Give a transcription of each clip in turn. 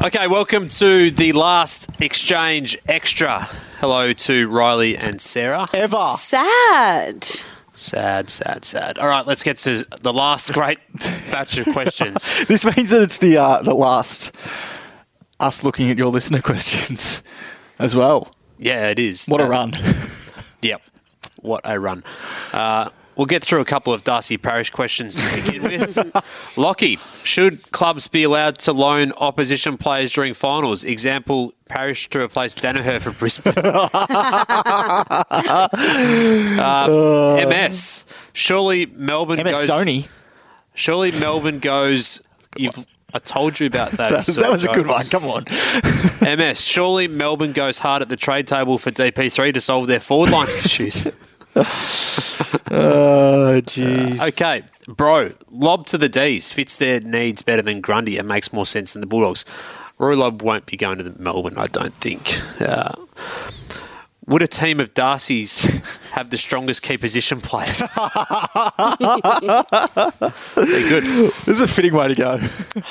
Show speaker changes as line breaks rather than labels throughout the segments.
Okay, welcome to the last exchange extra. Hello to Riley and Sarah.
Ever.
Sad.
Sad, sad, sad. All right, let's get to the last great batch of questions.
This means that it's the uh, the last us looking at your listener questions as well.
Yeah, it is.
What a
That-
run.
Yep. What a run. Uh, we'll get through a couple of Darcy Parish questions to begin with. Lockie, should clubs be allowed to loan opposition players during finals? Example, Parish to replace Danaher for Brisbane. uh, MS. Surely Melbourne
MS
goes.
Dhoni.
Surely Melbourne goes. You've, I told you about that.
That was a good one. Come on.
MS. Surely Melbourne goes hard at the trade table for DP3 to solve their forward line issues.
Oh, jeez.
Okay, bro, lob to the D's fits their needs better than Grundy and makes more sense than the Bulldogs. Roy Lob won't be going to the Melbourne, I don't think. Uh, would a team of Darcy's have the strongest key position players? They're good.
This is a fitting way to go.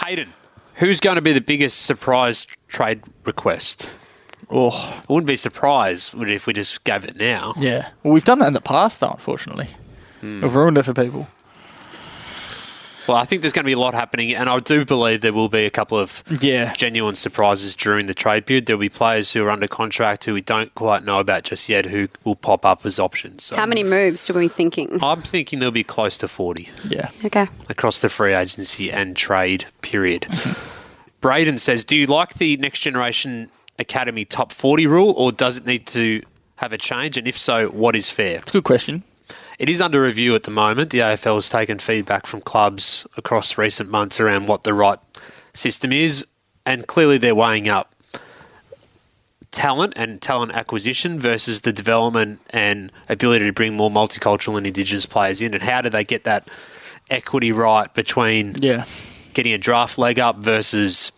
Hayden, who's going to be the biggest surprise trade request?
Oh,
I wouldn't be surprised would it, if we just gave it now.
yeah. Hmm. Well, we've done that in the past, though, unfortunately. We've ruined it for people.
Well, I think there's going to be a lot happening, and I do believe there will be a couple of
Yeah.
genuine surprises during the trade period. There'll be players who are under contract who we don't quite know about just yet who will pop up as options. So
How many moves do we thinking?
I'm thinking there'll be close to 40
Yeah.
Okay.
across the free agency and trade period. Braden says, Do you like the Next Generation Academy top 40 rule, or does it need to have a change? And if so, what is fair?
It's a good question.
It is under review at the moment. The AFL has taken feedback from clubs across recent months around what the right system is, and clearly they're weighing up talent and talent acquisition versus the development and ability to bring more multicultural and Indigenous players in, and how do they get that equity right between
Yeah.
getting a draft leg up versus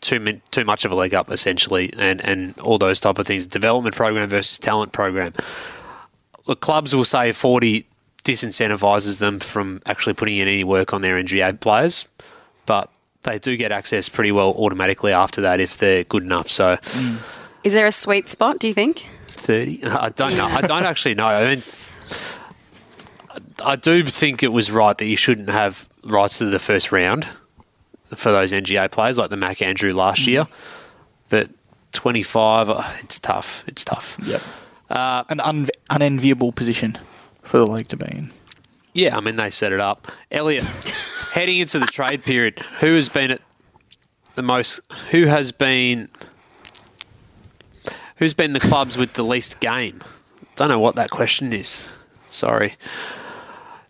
too min- too much of a leg up essentially, and and all those type of things. Development program versus talent program. Look, clubs will say forty disincentivizes them from actually putting in any work on their NGA players, but they do get access pretty well automatically after that if they're good enough. So
Is there a sweet spot, do you think?
thirty, I don't know. I don't actually know. I mean. I do think it was right that you shouldn't have rights to the first round for those NGA players like the Mac Andrew last year. But 25, uh, it's tough. It's tough.
Yep. An un- unenviable position for the league to be in.
Yeah, I mean, they set it up. Elliot, heading into the trade period, who has been at the most, who has been, who's been the clubs with the least game? Don't know what that question is. Sorry.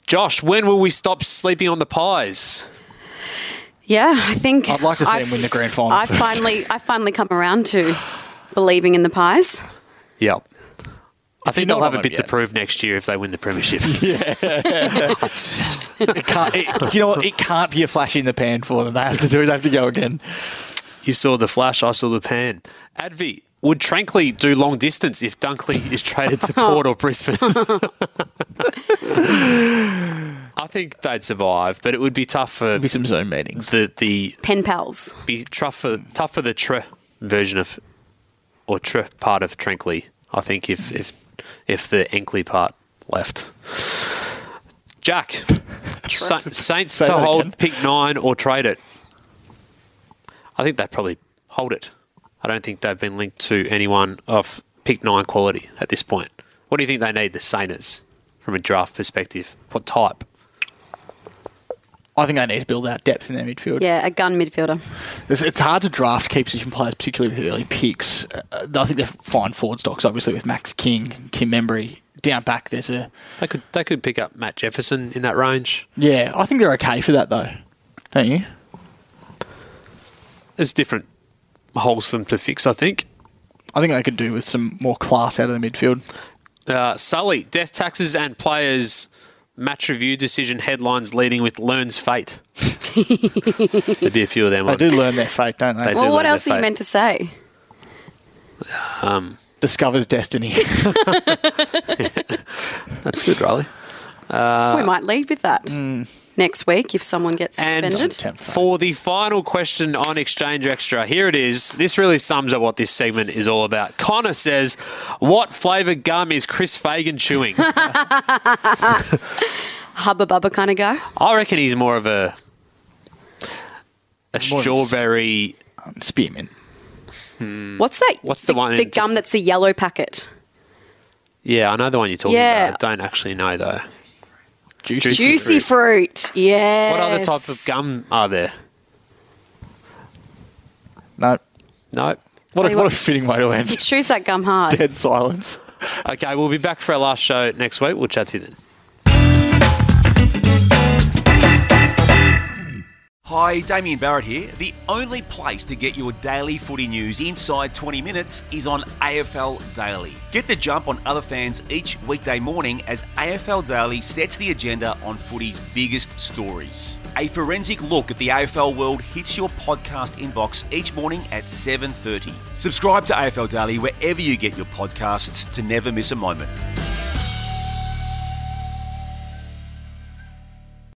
Josh, when will we stop sleeping on the pies?
Yeah, I think
I'd like to see
I've-
him win the grand final
I
first.
finally I finally come around to believing in the pies.
Yep. I think
you're
they'll
not
have
on
a
it
bit to
yet.
prove next year if they win the premiership.
It can't, it, do you know what? It can't be a flash in the pan for them. They have to do it. They have to go again.
you saw the flash, I saw the pan. Advi, would Trankley do long distance if Dunkley is traded to Port or Brisbane? I think they'd survive, but it would be tough for
There'll be some Zoom meetings.
the the
Pen pals.
be tough for tough for the tre version of or tre part of Trankley. I think if if if the Enkley part left. Jack, Sa- Saints
Say
to
that
hold
again.
pick nine or trade it. I think they probably hold it. I don't think they've been linked to anyone of pick nine quality at this point. What do you think they need the Saints from a draft perspective? What type?
I think they need to build out depth in their midfield.
Yeah, a gun midfielder.
It's, it's hard to draft key position players, particularly with early picks. Uh, I think they're fine forward stocks, obviously, with Max King, Tim Embry. Down back, there's a.
They could they could pick up Matt Jefferson in that range.
Yeah, I think they're okay for that, though. Don't you?
there's different holes for them to fix, I think.
I think they could do with some more class out of the midfield.
Uh, Sully, death taxes and players match review decision headlines leading with Learn's fate. There'd be a few of them.
They
on-
do learn their fate, don't they?
They do.
Well,
learn
what
their
else are
fate.
you meant to say?
Discovers destiny.
That's good, Riley.
Uh, mm.
we might lead with that. next week if someone gets
And
suspended.
Temp phone.
for the final question on Exchange Extra, here it is. This really sums up what this segment is all about. Connor says, What flavour gum is Chris Fagan chewing?
Hubba bubba kind of go.
I reckon he's more of a a
More of a-
strawberry.
Spearmint. Mm.
What's that?
What's the one
The
in
gum
just-
that's the yellow packet.
Yeah, I know the one you're talking
Yeah.
about. I don't actually know though.
Juicy.
Juicy
Juicy fruit. Yes.
What other type of gum are there?
No.
No.
What
Tell
a,
you
what a
what.
fitting way to
You
end.
choose that gum hard.
Dead silence.
Okay, we'll be back for our last show next week. We'll chat to you then.
Hi, Damien Barrett here. The only place to get your daily footy news inside 20 minutes is on AFL Daily. Get the jump on other fans each weekday morning as AFL Daily sets the agenda on footy's biggest stories. A forensic look at the AFL world hits your podcast inbox each morning at 7:30. Subscribe to AFL Daily wherever you get your podcasts to never miss a moment.